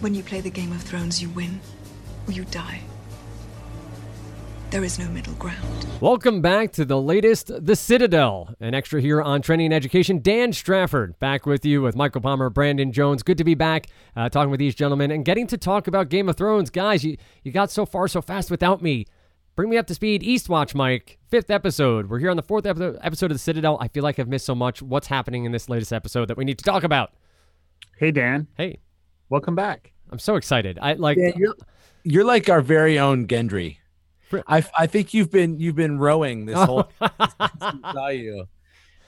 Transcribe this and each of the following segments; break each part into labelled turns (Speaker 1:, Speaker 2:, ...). Speaker 1: When you play the Game of Thrones, you win or you die. There is no middle ground.
Speaker 2: Welcome back to the latest The Citadel, an extra here on Training and Education. Dan Strafford back with you with Michael Palmer, Brandon Jones. Good to be back uh, talking with these gentlemen and getting to talk about Game of Thrones. Guys, you, you got so far so fast without me. Bring me up to speed. Eastwatch, Mike. Fifth episode. We're here on the fourth epi- episode of The Citadel. I feel like I've missed so much. What's happening in this latest episode that we need to talk about?
Speaker 3: Hey Dan,
Speaker 2: Hey,
Speaker 3: welcome back.
Speaker 2: I'm so excited. I like.
Speaker 3: Dan, you're
Speaker 4: You're like our very own Gendry.
Speaker 2: Fr-
Speaker 4: I, I think you've been you've been rowing
Speaker 3: Oh.
Speaker 4: this whole saw you.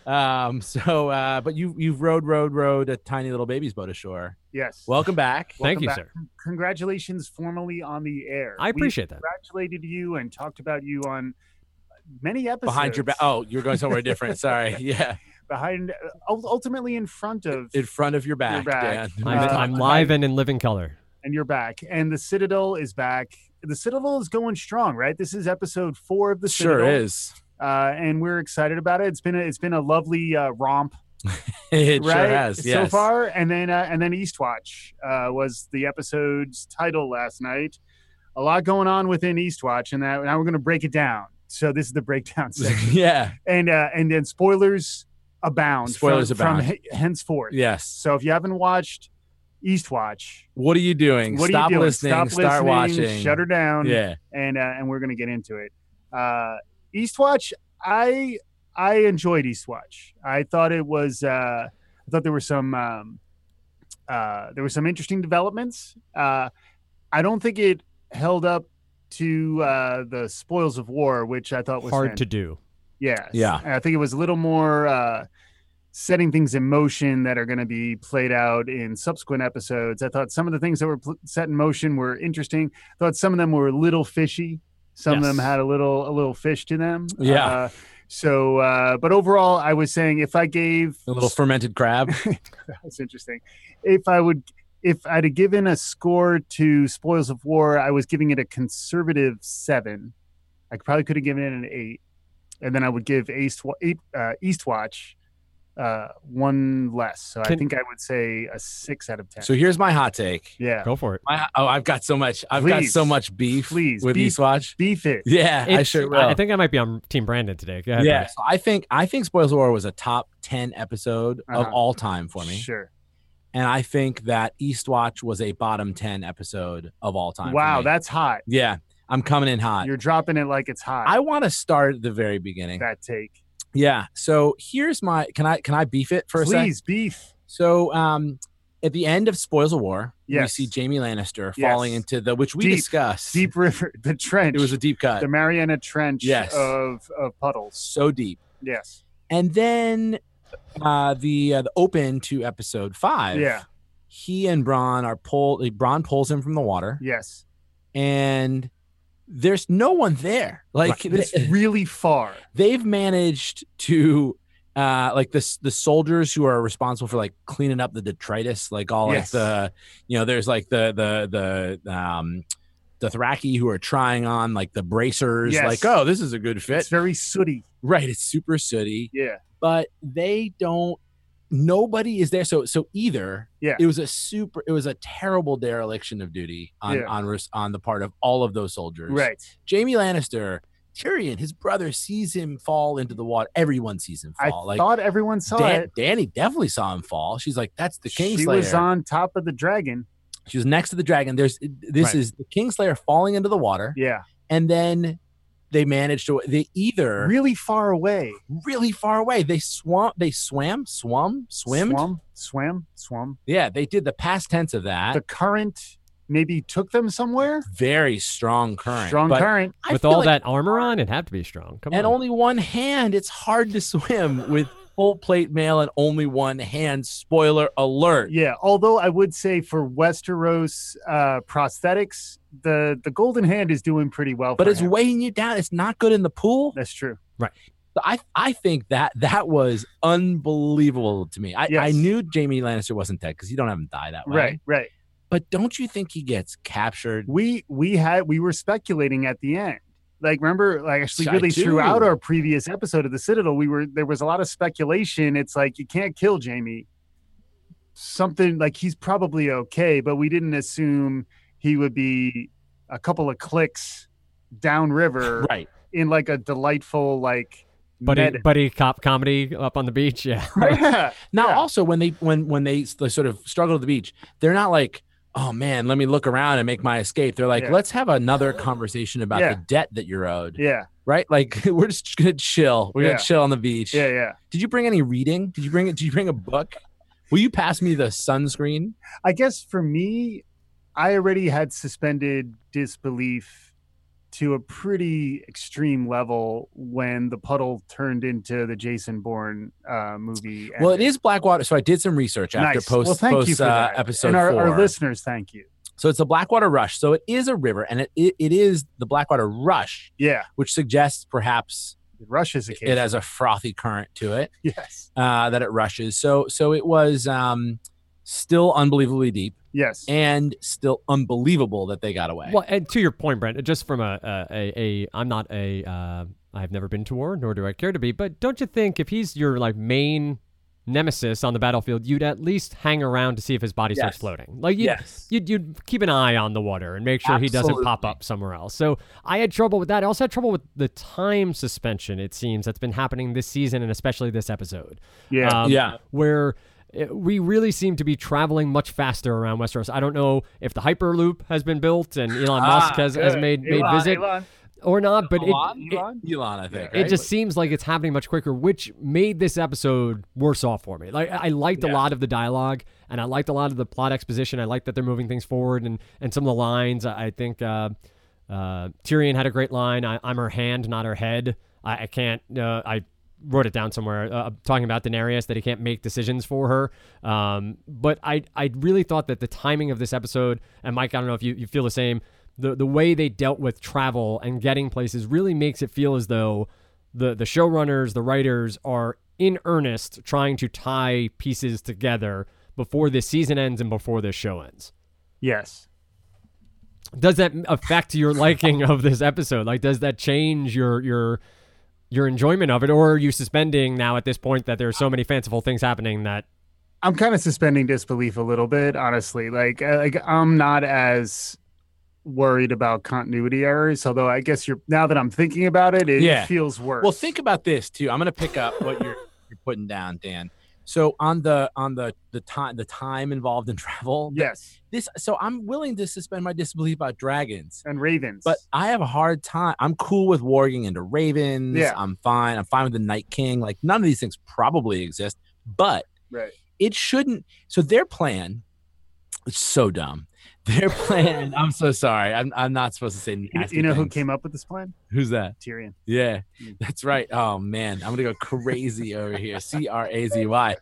Speaker 4: Um so uh but you you've rowed rowed rowed a tiny little baby's boat ashore.
Speaker 3: yes.
Speaker 4: Welcome back.
Speaker 2: Thank
Speaker 3: welcome
Speaker 2: you,
Speaker 3: back.
Speaker 2: sir.
Speaker 3: congratulations formally on the air.
Speaker 2: I
Speaker 3: We
Speaker 2: appreciate that.
Speaker 3: congratulated you and talked about you on many episodes
Speaker 4: Behind your back. Oh, you're going somewhere different. Sorry. Yeah.
Speaker 3: behind uh, ul- ultimately in front of
Speaker 4: In front of your back,
Speaker 3: back.
Speaker 4: Dan.
Speaker 2: I'm,
Speaker 3: Uh,
Speaker 2: I'm live and in living color.
Speaker 3: and you're back and the citadel is back the citadel is going strong right this is episode four of the
Speaker 4: sure
Speaker 3: citadel
Speaker 4: is.
Speaker 3: uh, and we're excited about it it's been a, it's been a lovely uh, romp
Speaker 4: It
Speaker 3: right
Speaker 4: sure has. Yes.
Speaker 3: so far and then uh, and then eastwatch uh, was the episode's title last night a lot going on within eastwatch and that now we're going to break it down so this is the breakdown section
Speaker 4: yeah.
Speaker 3: and uh, and then spoilers abound
Speaker 4: Spoilers
Speaker 3: from,
Speaker 4: abound.
Speaker 3: from he- henceforth
Speaker 4: Yes.
Speaker 3: so if you haven't watched eastwatch
Speaker 4: What are you doing?
Speaker 3: what
Speaker 4: Stop
Speaker 3: are you doing?
Speaker 4: listening.
Speaker 3: Stop
Speaker 4: start
Speaker 3: listening,
Speaker 4: watching.
Speaker 3: Shut her down.
Speaker 4: Yeah.
Speaker 3: And uh, and we're gonna get into it. Uh, Eastwatch, I I enjoyed Eastwatch. I thought it was. Uh, I thought there were some um, uh, there were some interesting developments. Uh, I don't think it held up to uh, the spoils of war, which I thought was
Speaker 2: Hard to do.
Speaker 3: Yes.
Speaker 4: Yeah.
Speaker 3: I think it was a little more uh, setting things in motion that are going to be played out in subsequent episodes. I thought some of the things that were pl- set in motion were interesting. I thought some of them were a little fishy. Some of them
Speaker 2: Yes.
Speaker 3: had a little a little fish to them.
Speaker 4: Yeah.
Speaker 3: Uh, so, uh, but overall, I was saying if I gave
Speaker 4: A little fermented crab.
Speaker 3: that's interesting. If I would, if I'd have given a score to Spoils of War, I was giving it a conservative seven. I probably could have given it an eight, and then I would give Ace eight, uh, Eastwatch uh, one less. So I
Speaker 2: Can-
Speaker 3: think I would say a six out of ten.
Speaker 4: so here's my hot take.
Speaker 3: yeah,
Speaker 2: Go for it.
Speaker 4: My, oh, I've got so much. I've got
Speaker 3: Please.
Speaker 4: so much beef
Speaker 3: Please,
Speaker 4: with
Speaker 3: beef.
Speaker 4: Eastwatch.
Speaker 3: beef it.
Speaker 4: Yeah, I
Speaker 2: It's-
Speaker 4: sure will.
Speaker 2: I think I might be on Team Brandon today. Go ahead,
Speaker 4: yeah,
Speaker 2: Brandon.
Speaker 4: so I think I think Spoils of War was a top ten episode of
Speaker 3: Uh-huh.
Speaker 4: all time for me,
Speaker 3: Sure.
Speaker 4: and I think that Eastwatch was a bottom ten episode of all time. for
Speaker 3: Wow,
Speaker 4: me.
Speaker 3: that's hot.
Speaker 4: yeah, I'm coming in hot.
Speaker 3: You're dropping it like it's hot.
Speaker 4: I want to start at the very beginning.
Speaker 3: that take.
Speaker 4: Yeah, so here's my can I can I beef it for a second?
Speaker 3: Please beef.
Speaker 4: So um, at the end of Spoils of War,
Speaker 3: Yes.
Speaker 4: we see Jamie Lannister
Speaker 3: Yes.
Speaker 4: falling into the which we
Speaker 3: Deep,
Speaker 4: discussed.
Speaker 3: Deep River, the trench.
Speaker 4: It was a deep cut,
Speaker 3: the Mariana Trench
Speaker 4: Yes.
Speaker 3: of, of puddles.
Speaker 4: so deep,
Speaker 3: Yes.
Speaker 4: and then uh, the uh, the open to episode five.
Speaker 3: Yeah.
Speaker 4: he and Braun are pulled. Braun pulls him from the water,
Speaker 3: Yes.
Speaker 4: and there's no one there. Like
Speaker 3: Right. it's
Speaker 4: they,
Speaker 3: really far.
Speaker 4: they've managed to, uh, like the s- the soldiers who are responsible for like cleaning up the detritus, like all
Speaker 3: Yes.
Speaker 4: like the, you know, there's like the the the um, the Thraki who are trying on like the bracers.
Speaker 3: Yes.
Speaker 4: Like, oh, this is a good
Speaker 3: It's
Speaker 4: fit.
Speaker 3: very sooty.
Speaker 4: Right, it's super sooty,
Speaker 3: Yeah.
Speaker 4: but they don't. Nobody is there. So so either
Speaker 3: Yeah.
Speaker 4: it was a super it was a terrible dereliction of duty on
Speaker 3: Yeah.
Speaker 4: on Rus- on the part of all of those soldiers
Speaker 3: Right.
Speaker 4: jamie lannister tyrion his brother sees him fall into the water everyone sees him
Speaker 3: I
Speaker 4: fall like
Speaker 3: thought everyone saw
Speaker 4: Dan-
Speaker 3: it.
Speaker 4: danny definitely saw him fall she's like that's the
Speaker 3: She
Speaker 4: kingslayer
Speaker 3: was on top of the dragon.
Speaker 4: she was next to the dragon there's this
Speaker 2: Right.
Speaker 4: is the kingslayer falling into the water
Speaker 3: Yeah.
Speaker 4: and then they managed to they either
Speaker 3: Really far away.
Speaker 4: really far away they swam they swam swum swimmed
Speaker 3: Swam, swam, swam.
Speaker 4: yeah they did the past tense of that
Speaker 3: The current maybe took them somewhere.
Speaker 4: very strong current
Speaker 3: Strong
Speaker 4: but
Speaker 3: current.
Speaker 4: I
Speaker 2: With
Speaker 4: feel
Speaker 2: all
Speaker 4: like-
Speaker 2: that armor on, it'd have to be strong. Come
Speaker 4: and
Speaker 2: on.
Speaker 4: only one hand. It's hard to swim with full plate mail and only one hand. Spoiler alert.
Speaker 3: Yeah. Although I would say for Westeros uh, prosthetics, the the golden hand is doing pretty well.
Speaker 4: But
Speaker 3: for
Speaker 4: it's
Speaker 3: him.
Speaker 4: weighing you down. It's not good in the pool.
Speaker 3: that's true.
Speaker 4: So I I think that that was unbelievable to me. I, I
Speaker 3: Yes.
Speaker 4: knew Jamie Lannister wasn't dead because you don't have him die that way.
Speaker 3: Right. Right.
Speaker 4: But don't you think he gets captured?
Speaker 3: we we had we were speculating at the end like remember like actually
Speaker 4: I
Speaker 3: really
Speaker 4: do.
Speaker 3: throughout our previous episode of the citadel we were there was a lot of speculation it's like you can't kill jamie something like he's probably okay, but we didn't assume he would be a couple of clicks downriver
Speaker 4: Right.
Speaker 3: in like a delightful like
Speaker 2: buddy
Speaker 3: med-
Speaker 2: buddy cop comedy up on the beach. Yeah,
Speaker 3: yeah.
Speaker 4: Now,
Speaker 3: Yeah.
Speaker 4: also when they when when they, s- they sort of struggle to the beach, they're not like, oh man, let me look around and make my escape. They're like,
Speaker 3: Yeah.
Speaker 4: let's have another conversation about
Speaker 3: Yeah.
Speaker 4: the debt that you're owed.
Speaker 3: yeah
Speaker 4: Right? Like we're just gonna chill. We're
Speaker 3: Yeah.
Speaker 4: gonna chill on the beach.
Speaker 3: yeah yeah
Speaker 4: Did you bring any reading? Did you bring it? Did you bring a book? Will you pass me the sunscreen?
Speaker 3: i guess for me i already had suspended disbelief to a pretty extreme level when the puddle turned into the jason bourne uh, movie
Speaker 4: Well, it
Speaker 3: ended.
Speaker 4: is Blackwater. So I did some research after
Speaker 3: Nice.
Speaker 4: post
Speaker 3: well, thank
Speaker 4: post
Speaker 3: you for
Speaker 4: uh,
Speaker 3: that.
Speaker 4: episode
Speaker 3: and our,
Speaker 4: four.
Speaker 3: our listeners thank you
Speaker 4: So it's the Blackwater Rush. So it is a river, and it, it, it is the Blackwater Rush,
Speaker 3: yeah
Speaker 4: which suggests perhaps
Speaker 3: rush is a case
Speaker 4: it has a frothy current to it
Speaker 3: yes
Speaker 4: uh, that it rushes. So so it was um, still unbelievably deep
Speaker 3: yes
Speaker 4: and still unbelievable that they got away.
Speaker 2: Well, and to your point, Brent, just from a a, a, a I'm not a uh, I've never been to war, nor do I care to be. But don't you think if he's your like main nemesis on the battlefield, you'd at least hang around to see if his body starts
Speaker 4: Yes.
Speaker 2: floating? Like, you'd,
Speaker 4: yes.
Speaker 2: you'd, you'd keep an eye on the water and make sure he doesn't pop
Speaker 4: Absolutely.
Speaker 2: up somewhere else. So I had trouble with that. I also had trouble with the time suspension. It seems that's been happening this season and especially this episode
Speaker 3: yeah
Speaker 2: um,
Speaker 4: Yeah.
Speaker 2: where uh, we really seem to be traveling much faster around Westeros. I don't know if the Hyperloop has been built and Elon
Speaker 4: Ah,
Speaker 2: Musk has, has
Speaker 3: Good.
Speaker 2: made, made
Speaker 3: Elon,
Speaker 2: visit
Speaker 3: Elon,
Speaker 2: or not, but it,
Speaker 4: Elon?
Speaker 2: it,
Speaker 3: Elon?
Speaker 4: Elon, I think.
Speaker 2: it
Speaker 4: right?
Speaker 2: just seems like it's happening much quicker, which made this episode worse off for me. Like I I liked a
Speaker 3: Yeah.
Speaker 2: lot of the dialogue, and I liked a lot of the plot exposition. I liked that they're moving things forward, and and some of the lines. I I think uh, uh, Tyrion had a great line. I, I'm her hand, not her head. I, I can't. Uh, I wrote it down somewhere uh, talking about Daenerys that he can't make decisions for her. Um, but I I really thought that the timing of this episode and Mike, I don't know if you, you feel the same. The the way they dealt with travel and getting places really makes it feel as though the the showrunners, the writers are in earnest trying to tie pieces together before this season ends and before this show ends.
Speaker 3: yes
Speaker 2: Does that affect your liking of this episode? Like, does that change your your your enjoyment of it, or are you suspending now at this point that there are so many fanciful things happening that
Speaker 3: I'm kind of suspending disbelief a little bit, honestly. Like, I- like I'm not as worried about continuity errors, although I guess you're now that I'm thinking about it, it
Speaker 4: Yeah.
Speaker 3: feels worse.
Speaker 4: Well, think about this too. I'm going to pick up what you're you're putting down, Dan. So on the on the the time the time involved in travel. th-
Speaker 3: yes,
Speaker 4: This so I'm willing to suspend my disbelief about dragons,
Speaker 3: and ravens,
Speaker 4: but I have a hard time. I'm cool with warging into ravens.
Speaker 3: Yeah.
Speaker 4: I'm fine. I'm fine with the Night King. Like none of these things probably exist, but
Speaker 3: right,
Speaker 4: it shouldn't. So their plan, it's so dumb. Their plan. I'm so sorry. I'm I'm not supposed to say.
Speaker 3: you,
Speaker 4: Nasty
Speaker 3: you know who
Speaker 4: things.
Speaker 3: came up with this plan?
Speaker 4: Who's that?
Speaker 3: Tyrion.
Speaker 4: Yeah,
Speaker 3: Mm.
Speaker 4: that's right. Oh man, I'm gonna go crazy over here. C R A Z Y.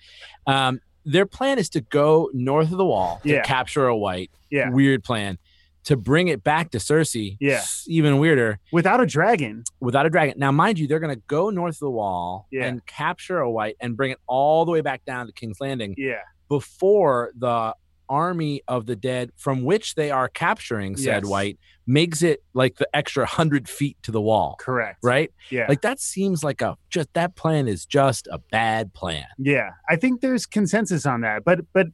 Speaker 4: Um, their plan is to go north of the wall to
Speaker 3: Yeah.
Speaker 4: capture a white.
Speaker 3: Yeah.
Speaker 4: Weird plan. To bring it back to Cersei.
Speaker 3: Yeah.
Speaker 4: s- Even weirder.
Speaker 3: Without a dragon,
Speaker 4: Without a dragon. Now, mind you, they're gonna go north of the wall
Speaker 3: Yeah.
Speaker 4: and capture a white and bring it all the way back down to King's Landing
Speaker 3: yeah,
Speaker 4: before the army of the dead from which they are capturing said
Speaker 3: Yes.
Speaker 4: white makes it like the extra hundred feet to the wall.
Speaker 3: correct,
Speaker 4: Right?
Speaker 3: yeah,
Speaker 4: Like that seems like a just that plan is just a bad plan.
Speaker 3: yeah. I think there's consensus on that, but but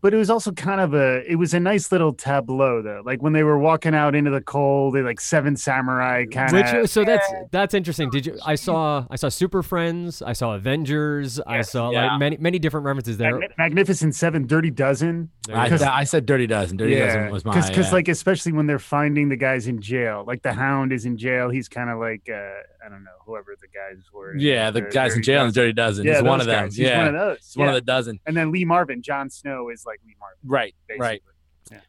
Speaker 3: but it was also kind of a it was a nice little tableau though. Like when they were walking out into the cold, they like seven samurai kind of
Speaker 2: Which, so that's that's interesting. Did you? I saw I saw Super Friends. I saw Avengers. I
Speaker 3: Yes,
Speaker 2: saw
Speaker 4: yeah.
Speaker 2: like many many different references there.
Speaker 3: Magni- Magnificent Seven, Dirty Dozen.
Speaker 2: There you
Speaker 4: I,
Speaker 2: go.
Speaker 4: I said Dirty Dozen. Dirty Dozen was my uh,
Speaker 3: Because,
Speaker 4: yeah.
Speaker 3: like, especially when they're finding the guys in jail, like the Hound is in jail. He's kind of like, uh, I don't know, whoever the guys were.
Speaker 4: yeah, the guys in jail and the Dirty Dozen.
Speaker 3: Yeah,
Speaker 4: he's one
Speaker 3: those
Speaker 4: of them.
Speaker 3: guys. He's
Speaker 4: Yeah,
Speaker 3: one of those.
Speaker 4: he's one of
Speaker 3: yeah.
Speaker 4: the dozen.
Speaker 3: And then Lee Marvin, Jon Snow is like Lee Marvin.
Speaker 4: Right,
Speaker 3: Basically.
Speaker 4: right.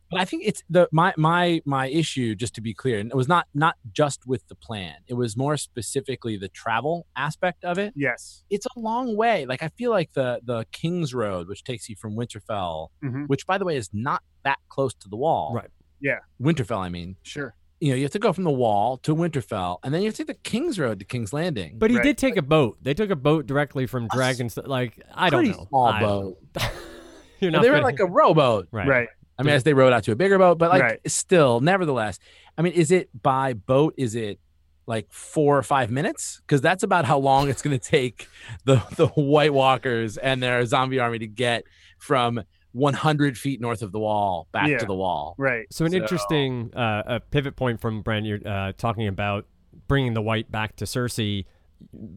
Speaker 4: But I think it's the my my my issue. Just to be clear, and it was not not just with the plan. It was more specifically the travel aspect of it.
Speaker 3: Yes.
Speaker 4: It's a long way. Like I feel like the the King's Road, which takes you from Winterfell,
Speaker 3: Mhm.
Speaker 4: which by the way is not that close to the wall.
Speaker 2: Right.
Speaker 3: Yeah.
Speaker 4: Winterfell, I mean.
Speaker 3: Sure.
Speaker 4: you know, you have to go from the wall to Winterfell, and then you have to take the King's Road to King's Landing.
Speaker 2: But he
Speaker 3: Right.
Speaker 2: did take a boat. They took a boat directly from
Speaker 4: s-
Speaker 2: Dragon's. Like I don't
Speaker 4: Pretty
Speaker 2: know.
Speaker 4: small
Speaker 2: I-
Speaker 4: boat.
Speaker 2: You're
Speaker 4: Well,
Speaker 2: not.
Speaker 4: they were
Speaker 2: kidding.
Speaker 4: like a rowboat.
Speaker 2: right.
Speaker 3: Right.
Speaker 4: I mean, as they rowed out to a bigger boat, but like
Speaker 3: Right.
Speaker 4: still, nevertheless, I mean, is it by boat? Is it like four or five minutes because that's about how long it's going to take the the White Walkers and their zombie army to get from 100 feet north of the wall back
Speaker 3: Yeah.
Speaker 4: to the wall.
Speaker 3: Right.
Speaker 2: So an
Speaker 4: So-
Speaker 2: interesting uh, a pivot point from Brent. You're uh, talking about bringing the white back to Cersei.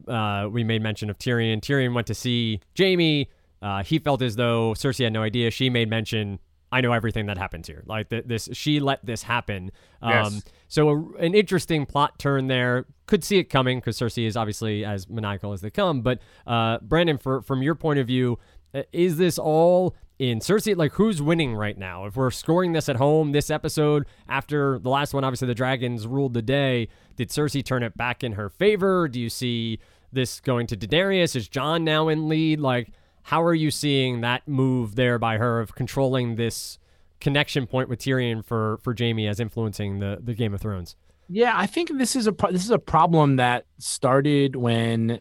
Speaker 2: Uh, we made mention of Tyrion. Tyrion went to see Jamie. Uh, he felt as though Cersei had no idea. She made mention. I know everything that happens here. Like th- this, she let this happen. Um,
Speaker 3: Yes.
Speaker 2: So a, an interesting plot turn there. Could see it coming because Cersei is obviously as maniacal as they come. But uh, Brandon, for, from your point of view, uh, is this all in Cersei? Like who's winning right now? If we're scoring this at home, this episode after the last one, obviously the dragons ruled the day. Did Cersei turn it back in her favor? Do you see this going to Daenerys? Is John now in lead? Like how are you seeing that move there by her of controlling this? connection point with Tyrion for for Jamie as influencing the the Game of Thrones.
Speaker 4: Yeah, I think this is a pro- this is a problem that started when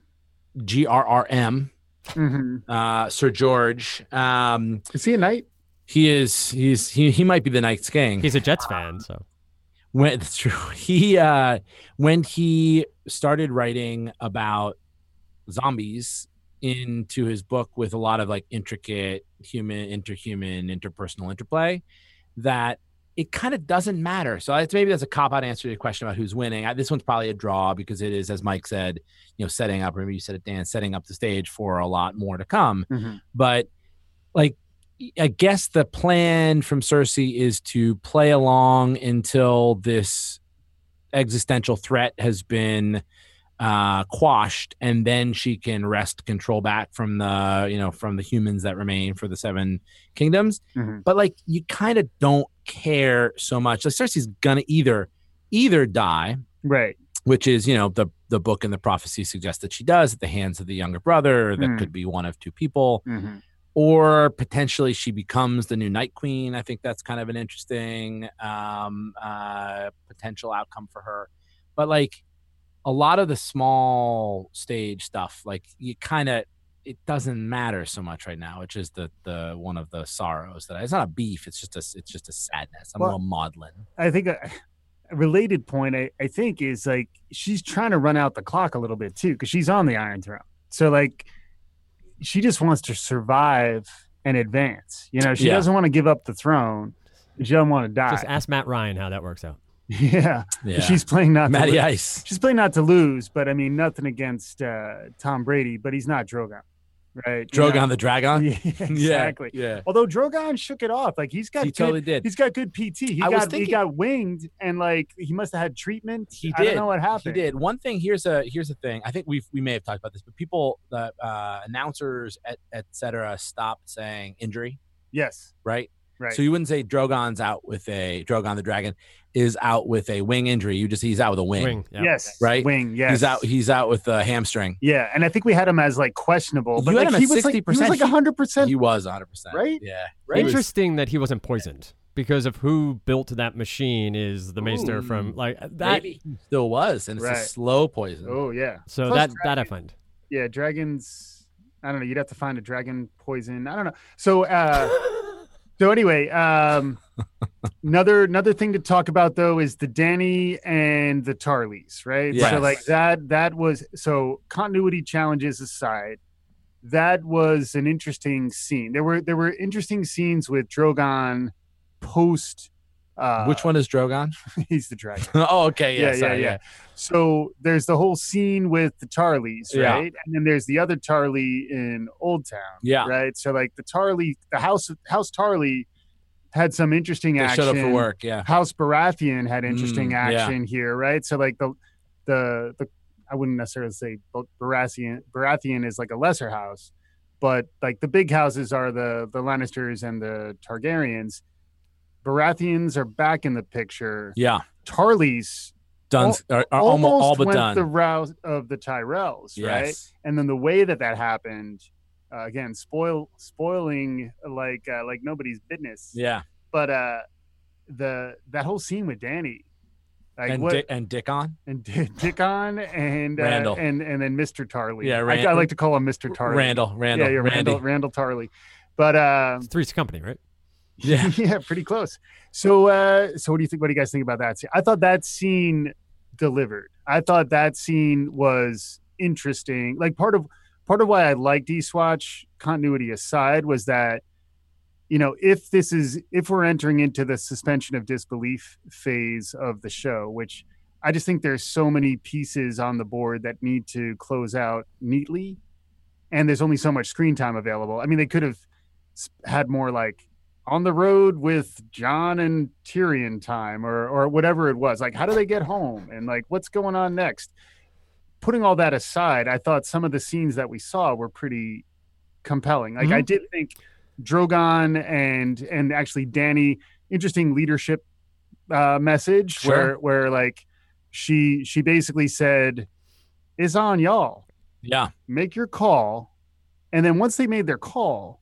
Speaker 4: GRRM
Speaker 3: Mm-hmm.
Speaker 4: uh Sir George um
Speaker 3: Is he a knight?
Speaker 4: he is he's he, he might be the Night's King.
Speaker 2: He's a Jets fan, so
Speaker 4: when that's true. He uh when he started writing about zombies into his book with a lot of like intricate human interhuman interpersonal interplay that it kind of doesn't matter. So it's maybe that's a cop out answer to the question about who's winning. I, this one's probably a draw because it is as Mike said, you know, setting up or maybe you said it Dan setting up the stage for a lot more to come
Speaker 3: Mhm.
Speaker 4: but like I guess the plan from Cersei is to play along until this existential threat has been uh, quashed, and then she can wrest control back from the you know from the humans that remain for the Seven Kingdoms.
Speaker 3: Mhm.
Speaker 4: But like you kind of don't care so much. Like Cersei's gonna either either die
Speaker 3: Right.
Speaker 4: which is you know the the book and the prophecy suggest that she does at the hands of the younger brother that
Speaker 3: Hmm.
Speaker 4: could be one of two people
Speaker 3: Mhm.
Speaker 4: or potentially she becomes the new night queen i think that's kind of an interesting um, uh, potential outcome for her but like a lot of the small stage stuff like you kind of it doesn't matter so much right now which is the the one of the sorrows that I, it's not a beef it's just a it's just a sadness i'm
Speaker 3: Well-
Speaker 4: a little maudlin
Speaker 3: I think a, a related point I, I think is like she's trying to run out the clock a little bit too because she's on the Iron Throne. So like she just wants to survive and advance. You know, she
Speaker 4: Yeah.
Speaker 3: doesn't want to give up the throne. She doesn't want to die.
Speaker 2: just ask Matt Ryan how that works out.
Speaker 3: yeah.
Speaker 4: yeah
Speaker 3: she's playing not to
Speaker 4: matty
Speaker 3: lose.
Speaker 4: ice
Speaker 3: She's playing not to lose, but I mean nothing against uh, Tom Brady, but he's not Drogon, right? You know?
Speaker 4: drogon the dragon
Speaker 3: Yeah, exactly.
Speaker 4: Yeah. yeah.
Speaker 3: Although Drogon shook it off, like he's got
Speaker 4: He
Speaker 3: good-
Speaker 4: totally did.
Speaker 3: he's got good PT. He
Speaker 4: I was
Speaker 3: got
Speaker 4: thinking-
Speaker 3: he got winged and like he must have had treatment.
Speaker 4: He
Speaker 3: I
Speaker 4: did.
Speaker 3: don't know what
Speaker 4: He
Speaker 3: happened.
Speaker 4: did. One thing here's a here's a thing. I think we we may have talked about this, but people the uh, announcers et, et cetera stopped saying injury,
Speaker 3: Yes.
Speaker 4: right?
Speaker 3: Right.
Speaker 4: So you wouldn't say Drogon's out with a Drogon the dragon is out with a wing injury. You just he's out with a wing.
Speaker 2: Wing, yeah.
Speaker 3: Yes.
Speaker 4: Right?
Speaker 3: Wing. Yes.
Speaker 4: He's out he's out with a hamstring.
Speaker 3: yeah, and I think we had him as like questionable, but
Speaker 4: You had
Speaker 3: like,
Speaker 4: him at
Speaker 3: he, was like, he was
Speaker 4: 60%.
Speaker 3: like hundred percent.
Speaker 4: He was 100%.
Speaker 3: Right?
Speaker 4: Yeah. He was-
Speaker 2: Interesting that he wasn't poisoned because of who built that machine is the Maester
Speaker 4: Ooh.
Speaker 2: from like that.
Speaker 4: maybe he still was and it's a
Speaker 3: Right.
Speaker 4: slow poison.
Speaker 3: Oh yeah,
Speaker 2: So
Speaker 3: Plus
Speaker 2: that
Speaker 3: dragon-
Speaker 2: that I find.
Speaker 3: yeah. Dragons. I don't know. You'd have to find a dragon poison. I don't know. So uh, so anyway, um, another another thing to talk about though is the Danny and the Tarleys, right? So
Speaker 4: Yes.
Speaker 3: like that that was so continuity challenges aside, that was an interesting scene. There were there were interesting scenes with Drogon post. Uh,
Speaker 4: Which one is Drogon?
Speaker 3: He's the dragon.
Speaker 4: oh, okay. Yeah,
Speaker 3: Yeah, yeah,
Speaker 4: sorry,
Speaker 3: yeah. So there's the whole scene with the Tarleys,
Speaker 4: Yeah.
Speaker 3: right? And then there's the other Tarley in Old Town,
Speaker 4: Yeah.
Speaker 3: right? So like the Tarley, the house House Tarley had some interesting
Speaker 4: They
Speaker 3: action.
Speaker 4: showed up for work. Yeah.
Speaker 3: House Baratheon had interesting
Speaker 4: Mm, yeah.
Speaker 3: action here, right? So like the the the I wouldn't necessarily say Bar- Baratheon Baratheon is like a lesser house, but like the big houses are the the Lannisters and the Targaryens. Baratheons are back in the picture.
Speaker 4: Yeah.
Speaker 3: Tarleys
Speaker 4: Dunn's are, are almost,
Speaker 3: almost
Speaker 4: all but
Speaker 3: went
Speaker 4: done.
Speaker 3: the route of the Tyrells, right?
Speaker 4: Yes.
Speaker 3: And then the way that that happened, uh, again, spoil spoiling like uh, like nobody's business.
Speaker 4: Yeah.
Speaker 3: But uh, the that whole scene with Danny, like
Speaker 4: and
Speaker 3: what
Speaker 4: Dick and Dick on?
Speaker 3: and Di- Dickon and uh,
Speaker 4: Randall.
Speaker 3: and and then Mr. Tarley.
Speaker 4: Yeah,
Speaker 3: I-
Speaker 4: Ran-
Speaker 3: I, like to call him Mr. Tarley.
Speaker 4: Randall, Randall,
Speaker 3: yeah, yeah,
Speaker 4: Randy.
Speaker 3: Randall, Randall Tarley. But um,
Speaker 2: Three's Company, right?
Speaker 4: Yeah.
Speaker 3: yeah, pretty close. So, uh, so what do you think? What do you guys think about that? scene? I thought that scene delivered. I thought that scene was interesting. Like part of part of why I liked Eastwatch continuity aside was that you know if this is if we're entering into the suspension of disbelief phase of the show, which I just think there's so many pieces on the board that need to close out neatly, and there's only so much screen time available. I mean, they could have s- had more like on the road with John and Tyrion time or or whatever it was. Like how do they get home and like what's going on next? Putting all that aside, I thought some of the scenes that we saw were pretty compelling. Like I did think Drogon and and actually Danny interesting leadership uh message
Speaker 4: Sure.
Speaker 3: where where like she she basically said is on y'all
Speaker 4: Yeah.
Speaker 3: make your call and then once they made their call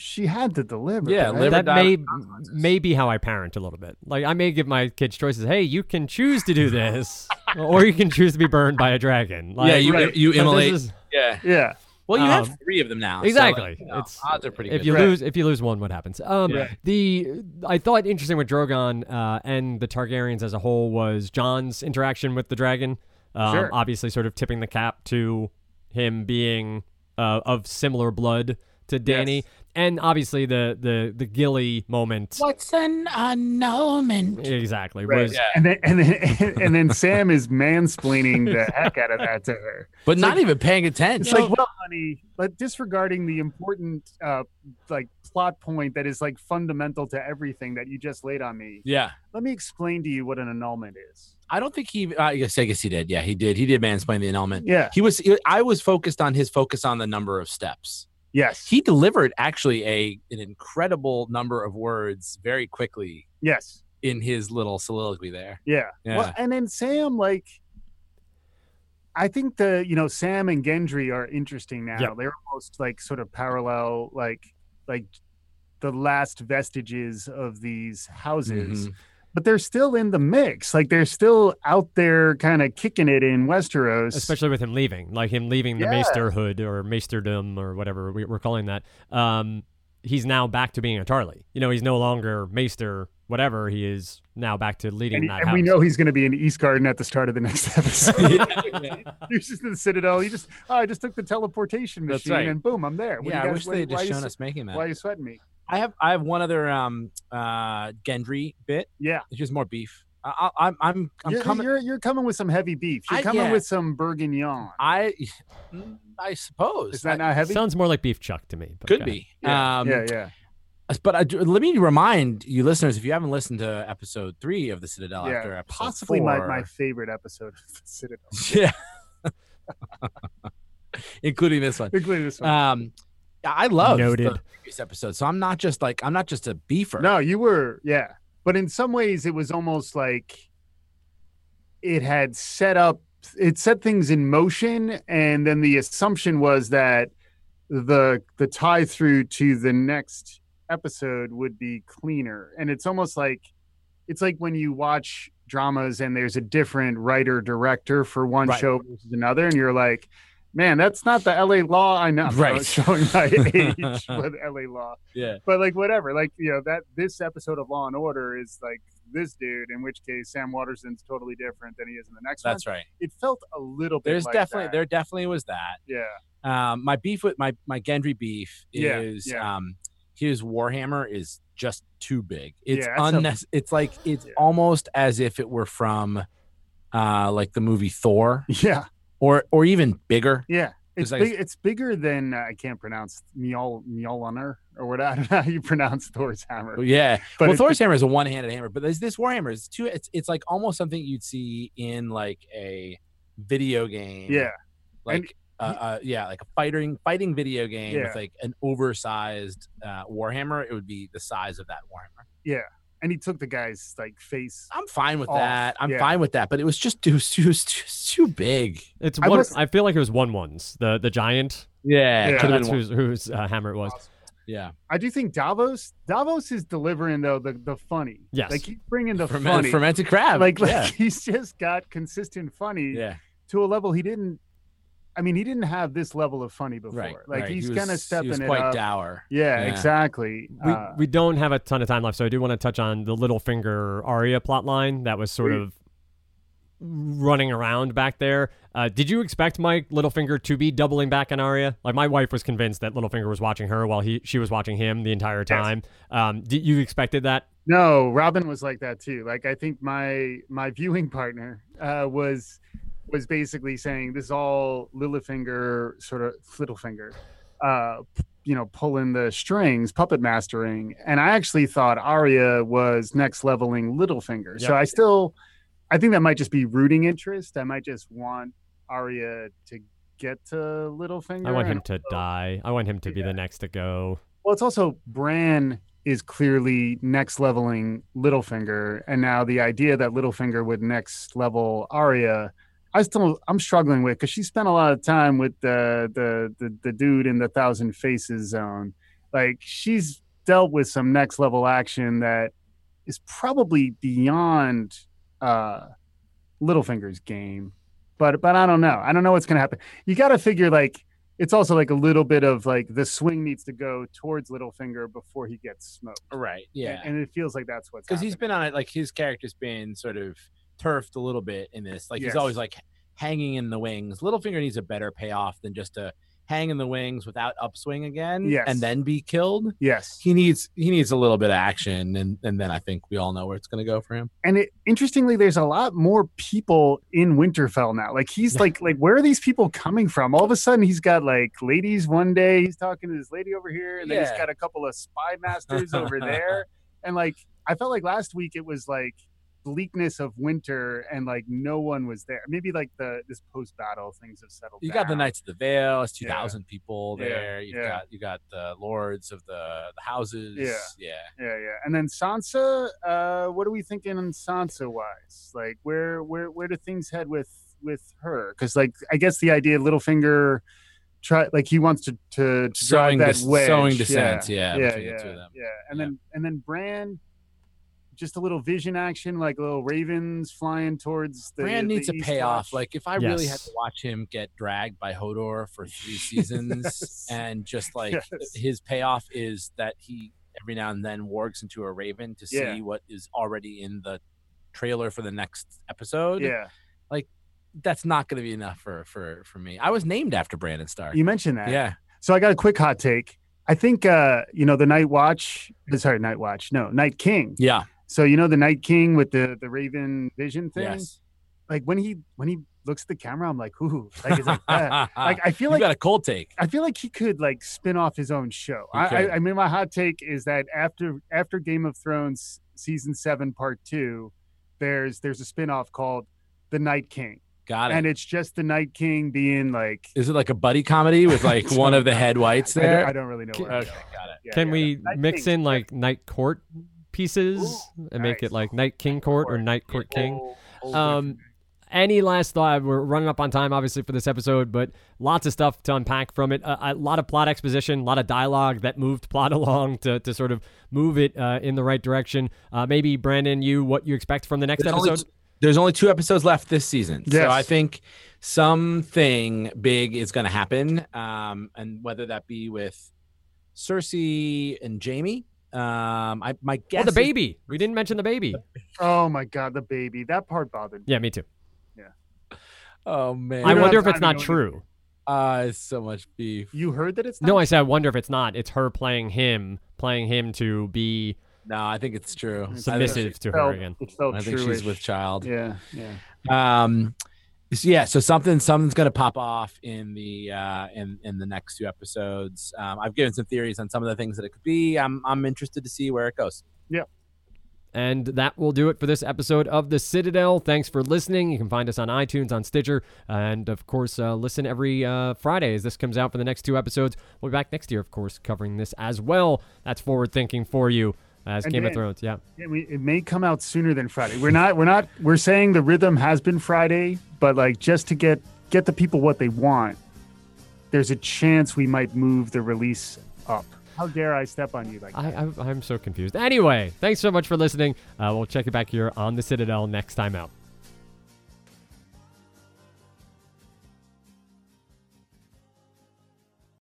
Speaker 3: she had to deliver
Speaker 4: Yeah,
Speaker 3: right?
Speaker 4: live or
Speaker 2: that
Speaker 4: die
Speaker 2: may
Speaker 4: with consequences.
Speaker 2: may be how I parent a little bit. Like I may give my kids choices. Hey, you can choose to do this, or you can choose to be burned by a dragon. Like,
Speaker 4: yeah. You
Speaker 3: right.
Speaker 4: you
Speaker 2: but this
Speaker 4: immolate.
Speaker 2: is-
Speaker 4: yeah.
Speaker 3: yeah
Speaker 4: Well, you
Speaker 2: Um,
Speaker 4: have three of them now. so, like,
Speaker 2: exactly.
Speaker 4: you know,
Speaker 2: It's-
Speaker 4: odds are pretty
Speaker 2: if
Speaker 4: good.
Speaker 2: you
Speaker 3: Right.
Speaker 2: lose, if you lose one, what happens? Um,
Speaker 4: Right.
Speaker 2: The I thought interesting with Drogon uh, and the Targaryens as a whole was John's interaction with the dragon. Um,
Speaker 3: Sure.
Speaker 2: Obviously, sort of tipping the cap to him being uh, of similar blood to Danny,
Speaker 3: Yes.
Speaker 2: and obviously the the the Gilly moment.
Speaker 4: What's an annulment?
Speaker 2: Exactly.
Speaker 3: Right.
Speaker 2: Was
Speaker 4: Yeah.
Speaker 3: and then and then and then Sam is mansplaining the heck out of that to her.
Speaker 4: But not even paying attention.
Speaker 3: It's like, well, honey, but disregarding the important uh, like plot point that is like fundamental to everything that you just laid on me.
Speaker 4: yeah.
Speaker 3: Let me explain to you what an annulment is.
Speaker 4: I don't think he. I guess. I guess he did. Yeah, he did. He did mansplain the annulment.
Speaker 3: Yeah.
Speaker 4: He was. I was focused on his focus on the number of steps.
Speaker 3: Yes.
Speaker 4: He delivered actually a an incredible number of words very quickly
Speaker 3: Yes.
Speaker 4: in his little soliloquy there.
Speaker 3: Yeah.
Speaker 4: Yeah.
Speaker 3: Well, and then Sam, like, I think the you know Sam and Gendry are interesting now.
Speaker 2: Yep.
Speaker 3: They're almost like sort of parallel, like like the last vestiges of these houses.
Speaker 4: Mhm.
Speaker 3: but they're still in the mix. Like they're still out there kind of kicking it in Westeros.
Speaker 2: especially with him leaving, like him leaving the
Speaker 3: Yeah.
Speaker 2: maesterhood or maesterdom or whatever we, we're calling that. Um, he's now back to being a Tarly. You know, he's no longer maester, whatever. He is now back to leading
Speaker 3: and, he-
Speaker 2: that
Speaker 3: and
Speaker 2: house.
Speaker 3: we know he's going to be in East Garden at the start of the next episode. He's just in the Citadel. You just, oh, I just took the teleportation
Speaker 4: That's
Speaker 3: machine
Speaker 4: right.
Speaker 3: and boom, I'm there. What do you
Speaker 4: Yeah, I
Speaker 3: guys-
Speaker 4: wish
Speaker 3: why-
Speaker 4: they had
Speaker 3: why
Speaker 4: just
Speaker 3: you
Speaker 4: shown
Speaker 3: s-
Speaker 4: us making that.
Speaker 3: Why are you sweating me?
Speaker 4: I have I have one other um uh Gendry bit.
Speaker 3: Yeah.
Speaker 4: It's just more beef. I, I, I'm I'm I'm
Speaker 3: you're,
Speaker 4: coming.
Speaker 3: You're, you're coming with some heavy beef. You're
Speaker 4: I-
Speaker 3: coming
Speaker 4: yeah.
Speaker 3: with some bourguignon.
Speaker 4: I mm, I suppose
Speaker 3: Is that
Speaker 4: I-
Speaker 3: not heavy?
Speaker 2: Sounds more like beef chuck to me. but
Speaker 4: could
Speaker 2: okay.
Speaker 4: be.
Speaker 3: yeah,
Speaker 4: um,
Speaker 3: yeah, yeah.
Speaker 4: But I, do- let me remind you, listeners, if you haven't listened to episode three of the Citadel
Speaker 3: Yeah,
Speaker 4: after uh, episode
Speaker 3: Possibly my,
Speaker 4: four-
Speaker 3: my favorite episode of the Citadel,
Speaker 4: yeah, including this one.
Speaker 3: including this one.
Speaker 4: Um, I love
Speaker 2: Noted.
Speaker 4: the previous episode, so I'm not just like I'm not just a beefer.
Speaker 3: No, you were, yeah. But in some ways, it was almost like it had set up, it set things in motion, and then the assumption was that the the tie through to the next episode would be cleaner. And it's almost like it's like when you watch dramas and there's a different writer director for one
Speaker 4: Right.
Speaker 3: show versus another, and you're like. Man, that's not the LA law I know. I'm
Speaker 4: Right.
Speaker 3: Showing my age with LA law
Speaker 4: yeah,
Speaker 3: but like whatever like you know that this episode of law and order is like this dude in which case sam waterson's totally different than he is in the next
Speaker 4: that's right.
Speaker 3: one it felt a little bit
Speaker 4: There's
Speaker 3: like
Speaker 4: definitely
Speaker 3: that.
Speaker 4: there definitely was that.
Speaker 3: yeah
Speaker 4: Um, my beef with my my Gendry beef
Speaker 3: Yeah,
Speaker 4: is
Speaker 3: yeah.
Speaker 4: um his warhammer is just too big. It's
Speaker 3: Yeah, that's a-
Speaker 4: unnecessary. It's like it's
Speaker 3: Yeah.
Speaker 4: almost as if it were from uh like the movie Thor
Speaker 3: yeah
Speaker 4: or or even bigger.
Speaker 3: yeah it's,
Speaker 4: It's like-
Speaker 3: big, it's bigger than uh, I can't pronounce Mjol Mjolnir or what I don't know how you pronounce Thor's hammer.
Speaker 4: Well, Yeah.
Speaker 3: But
Speaker 4: well,
Speaker 3: it's-
Speaker 4: Thor's hammer is a one-handed hammer, but this, this warhammer is too. It's it's like almost something you'd see in like a video game.
Speaker 3: yeah, and-
Speaker 4: Like. Uh, uh, yeah, like a fighting fighting video game
Speaker 3: Yeah.
Speaker 4: with like an oversized uh, warhammer, it would be the size of that warhammer.
Speaker 3: and he took the guy's like face.
Speaker 4: I'm fine with
Speaker 3: off.
Speaker 4: that. I'm
Speaker 3: Yeah.
Speaker 4: fine with that. But it was just too too too, too big.
Speaker 2: It's
Speaker 3: I
Speaker 2: one.
Speaker 3: was-
Speaker 2: I feel like it was one ones. The the giant.
Speaker 4: Yeah.
Speaker 3: Yeah.
Speaker 4: Yeah.
Speaker 2: That's whose whose uh, hammer it was.
Speaker 4: yeah.
Speaker 3: I do think Davos Davos is delivering though the the funny.
Speaker 2: Yes.
Speaker 3: like he's bringing the
Speaker 4: Ferment-
Speaker 3: funny.
Speaker 4: fermented crab.
Speaker 3: like, like
Speaker 4: yeah.
Speaker 3: he's just got consistent funny.
Speaker 4: yeah.
Speaker 3: to a level he didn't. I mean, he didn't have this level of funny before.
Speaker 4: Right.
Speaker 3: like
Speaker 4: right.
Speaker 3: he's
Speaker 4: He
Speaker 3: kind of
Speaker 4: was-
Speaker 3: stepping
Speaker 4: he was
Speaker 3: it
Speaker 4: quite
Speaker 3: up.
Speaker 4: dour.
Speaker 3: Yeah,
Speaker 4: Yeah.
Speaker 3: exactly.
Speaker 2: We,
Speaker 3: Uh,
Speaker 2: we don't have
Speaker 3: Mm.
Speaker 2: a ton of time left, so I do want to touch on the Littlefinger Arya plotline that was sort
Speaker 3: Please.
Speaker 2: of running around back there. Uh, did you expect Mike Littlefinger to be doubling back on Arya? Like my wife was convinced that Littlefinger was watching her while he she was watching him the entire time. Um, did you expected that?
Speaker 3: No, Robin was like that too. Like I think my my viewing partner uh, was was basically saying this is all Littlefinger sort of Littlefinger, uh, p- you know, pulling the strings, puppet mastering. And I actually thought Arya was next leveling Littlefinger. So
Speaker 2: Yeah.
Speaker 3: I still, I think that might just be rooting interest. I might just want Arya to get to Littlefinger.
Speaker 2: I want
Speaker 3: and
Speaker 2: him to die. I want him to be the next to go.
Speaker 3: well, it's also Bran is clearly next leveling Littlefinger, and now the idea that Littlefinger would next level Arya, I still I'm struggling with because she spent a lot of time with the the the, the dude in the Thousand Faces zone. Like she's dealt with some next level action that is probably beyond uh, Littlefinger's game. But but I don't know. I don't know what's gonna happen. You got to figure like it's also like a little bit of like the swing needs to go towards Littlefinger before he gets smoked.
Speaker 4: Right. Yeah.
Speaker 3: and, and it feels like that's what's
Speaker 4: because he's
Speaker 3: happening.
Speaker 4: been on it like his character's been sort of turfed a little bit in this like he's
Speaker 3: Yes.
Speaker 4: always like hanging in the wings littlefinger needs a better payoff than just to hang in the wings without upswing again
Speaker 3: Yes.
Speaker 4: and then be killed
Speaker 3: yes,
Speaker 4: he needs he needs a little bit of action and and then i think we all know where it's going to go for him
Speaker 3: and it, interestingly, there's a lot more people in Winterfell now. Like he's like like where are these people coming from? All of a sudden, he's got like ladies one day, he's talking to this lady over here, and then
Speaker 4: Yeah.
Speaker 3: he's got a couple of spy masters over there, and like I felt like last week it was like bleakness of winter and like no one was there maybe like the this post battle things have settled
Speaker 4: you got the
Speaker 3: down.
Speaker 4: knights of the vale it's
Speaker 3: Yeah.
Speaker 4: 2000 people
Speaker 3: Yeah.
Speaker 4: there you've
Speaker 3: Yeah.
Speaker 4: got you got the lords of the, the houses
Speaker 3: Yeah.
Speaker 4: yeah
Speaker 3: Yeah, yeah. And then Sansa, uh, what are we thinking Sansa wise? Like, where, where, where do things head with with her? Because, like, I guess the idea Littlefinger try like he wants to to, to
Speaker 4: sowing
Speaker 3: drive
Speaker 4: dis-
Speaker 3: that wedge.
Speaker 4: sowing
Speaker 3: Yeah,
Speaker 4: dissent yeah
Speaker 3: yeah,
Speaker 4: between
Speaker 3: yeah,
Speaker 4: the two of them
Speaker 3: yeah. And
Speaker 4: Yeah.
Speaker 3: then and then Bran, just a little vision action, like little ravens flying towards the.
Speaker 4: Brand needs
Speaker 3: the
Speaker 4: a
Speaker 3: East
Speaker 4: payoff.
Speaker 3: Watch.
Speaker 4: Like if I really had
Speaker 2: Yes.
Speaker 4: to watch him get dragged by Hodor for three seasons,
Speaker 3: Yes.
Speaker 4: and just like
Speaker 3: Yes.
Speaker 4: his payoff is that he every now and then wargs into a raven to see
Speaker 3: Yeah.
Speaker 4: what is already in the trailer for the next episode.
Speaker 3: yeah,
Speaker 4: That's not going to be enough for for for me. I was named after Brandon Stark.
Speaker 3: you mentioned that.
Speaker 4: yeah,
Speaker 3: So I got a quick hot take. I think uh, you know the Night Watch. uh, Sorry, Night Watch. No, Night King.
Speaker 4: yeah,
Speaker 3: So you know the Night King with the the Raven Vision thing.
Speaker 4: yes.
Speaker 3: Like when he when he looks at the camera, I'm like, ooh, like, it's like, that. like I
Speaker 4: you
Speaker 3: feel like
Speaker 4: got a cold take.
Speaker 3: I feel like he could like spin off his own show.
Speaker 4: He
Speaker 3: I,
Speaker 4: could.
Speaker 3: I, I mean, my hot take is that after after Game of Thrones season seven part two, there's there's a spin off called The Night King,
Speaker 4: Got it.
Speaker 3: and it's just the Night King being like.
Speaker 4: Is it like a buddy comedy with like one of the head whites
Speaker 3: I don't-
Speaker 4: there?
Speaker 3: I don't really know.
Speaker 2: Can-
Speaker 3: Where I'm
Speaker 4: Okay,
Speaker 3: going.
Speaker 4: got it.
Speaker 3: Yeah,
Speaker 2: uh, Can
Speaker 3: yeah,
Speaker 2: we
Speaker 3: the Night
Speaker 2: mix
Speaker 3: King.
Speaker 2: in like night court pieces
Speaker 3: Ooh,
Speaker 2: and make it
Speaker 3: nice.
Speaker 2: like night king court or
Speaker 3: Court.
Speaker 2: night court
Speaker 3: Yeah.
Speaker 2: king?
Speaker 3: Whole- whole
Speaker 2: Um, any last thought? We're running up on time, obviously, for this episode, but lots of stuff to unpack from it. A, a lot of plot exposition, a lot of dialogue that moved plot along to, to sort of move it uh, in the right direction. Uh, maybe Brandon, you what you expect from the next
Speaker 4: There's
Speaker 2: episode?
Speaker 4: Only, there's only two episodes left this season,
Speaker 3: Yes.
Speaker 4: so I think something big is going to happen, um, and whether that be with Cersei and Jamie, um, I my guess
Speaker 2: oh, the
Speaker 4: is-
Speaker 2: baby. We didn't mention the baby.
Speaker 3: Oh my god, the baby. That part bothered me.
Speaker 2: Yeah, me too.
Speaker 4: oh man,
Speaker 2: I
Speaker 3: don't
Speaker 2: wonder
Speaker 3: have
Speaker 2: if it's not
Speaker 3: time to go
Speaker 2: true.
Speaker 4: uh, it's so much beef.
Speaker 3: You heard that it's not
Speaker 2: No, I said I wonder if it's not. It's her playing him, playing him to be
Speaker 4: No, I think it's true. I think
Speaker 2: submissive
Speaker 3: It
Speaker 2: to her
Speaker 3: felt-
Speaker 2: again.
Speaker 3: It felt
Speaker 4: I think
Speaker 3: true-ish.
Speaker 4: she's with child.
Speaker 3: Yeah, yeah.
Speaker 4: um so yeah so something something's gonna pop off in the uh in in the next two episodes um i've given some theories on some of the things that it could be i'm i'm interested to see where it goes
Speaker 2: And that will do it for this episode of The Citadel. Thanks for listening. You can find us on iTunes, on Stitcher, and of course, uh, listen every uh, Friday as this comes out for the next two episodes. We'll be back next year, of course, covering this as well. That's forward thinking for you as
Speaker 3: And
Speaker 2: Game of
Speaker 3: Dan.
Speaker 2: Thrones. Yeah.
Speaker 3: Yeah, we, it may come out sooner than Friday. We're not. We're not. We're saying the rhythm has been Friday, but like just to get get the people what they want, there's a chance we might move the release up. How dare I step on you like that?
Speaker 2: I, I, I'm so confused. Anyway, thanks so much for listening. Uh, we'll check it back here on The Citadel next time out.